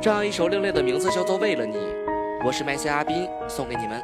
这样一首另类的名字叫做《为了你》，我是麦西阿斌，送给你们。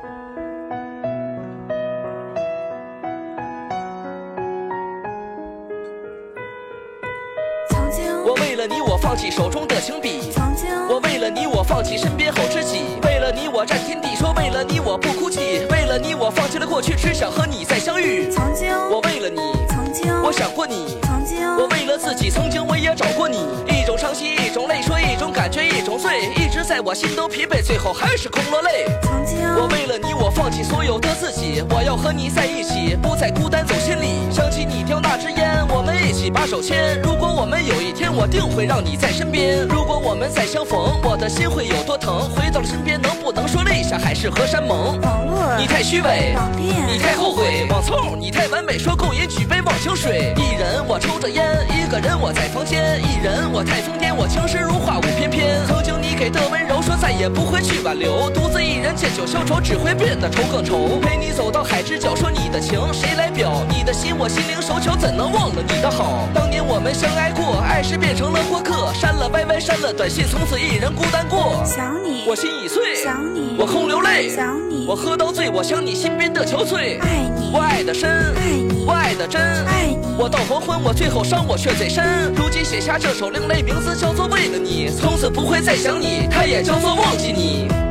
曾经，我为了你，我放弃手中的情笔。曾经，我为了你，我放弃身边好知己；为了你，我战天地；说为了你，我不哭泣；为了你，我放弃了过去，只想和你再相遇。曾经，我为了你，曾经，我想过你；曾经，我为了自己，曾经我也找过你。一种伤心，一种泪水，一种感觉，一种醉，一直在我心都疲惫，最后还是空落泪。曾经，我为了你，我放弃所有的自己，我要和你在一起，不再孤单，走心里。想起你叼那支烟，我们一起把手牵。如果我们有一天，我定会让你在身边。如果我们再相逢，我的心会有多疼？回到了身边，能不能说立下海誓和山盟？网络，你太虚伪，网恋，你太后悔，网凑，你太完美，说够瘾，举杯忘情水。一人我抽着烟，一个人我在房间，一人我太疯癫，我情诗如画舞翩翩。曾经你给的温柔，说再也不会去挽留。独自一人借酒消愁，只会变得愁更愁。陪你走到海之角，说你的情谁来表？你的心我心灵手巧，怎能忘了你的好？当年我们相爱过，爱是变成了过客，删了 YY，删了短信，从此一人孤单过。想你，我心已碎，想你，我空流泪，想你，我喝到醉，我想你心边的憔悴。爱你，我爱的深，爱你我爱的真，爱你我到黄昏，我最后伤我却最深。如今写下这首另类名字，叫做为了你，从此不会再想你，它也叫做忘记你。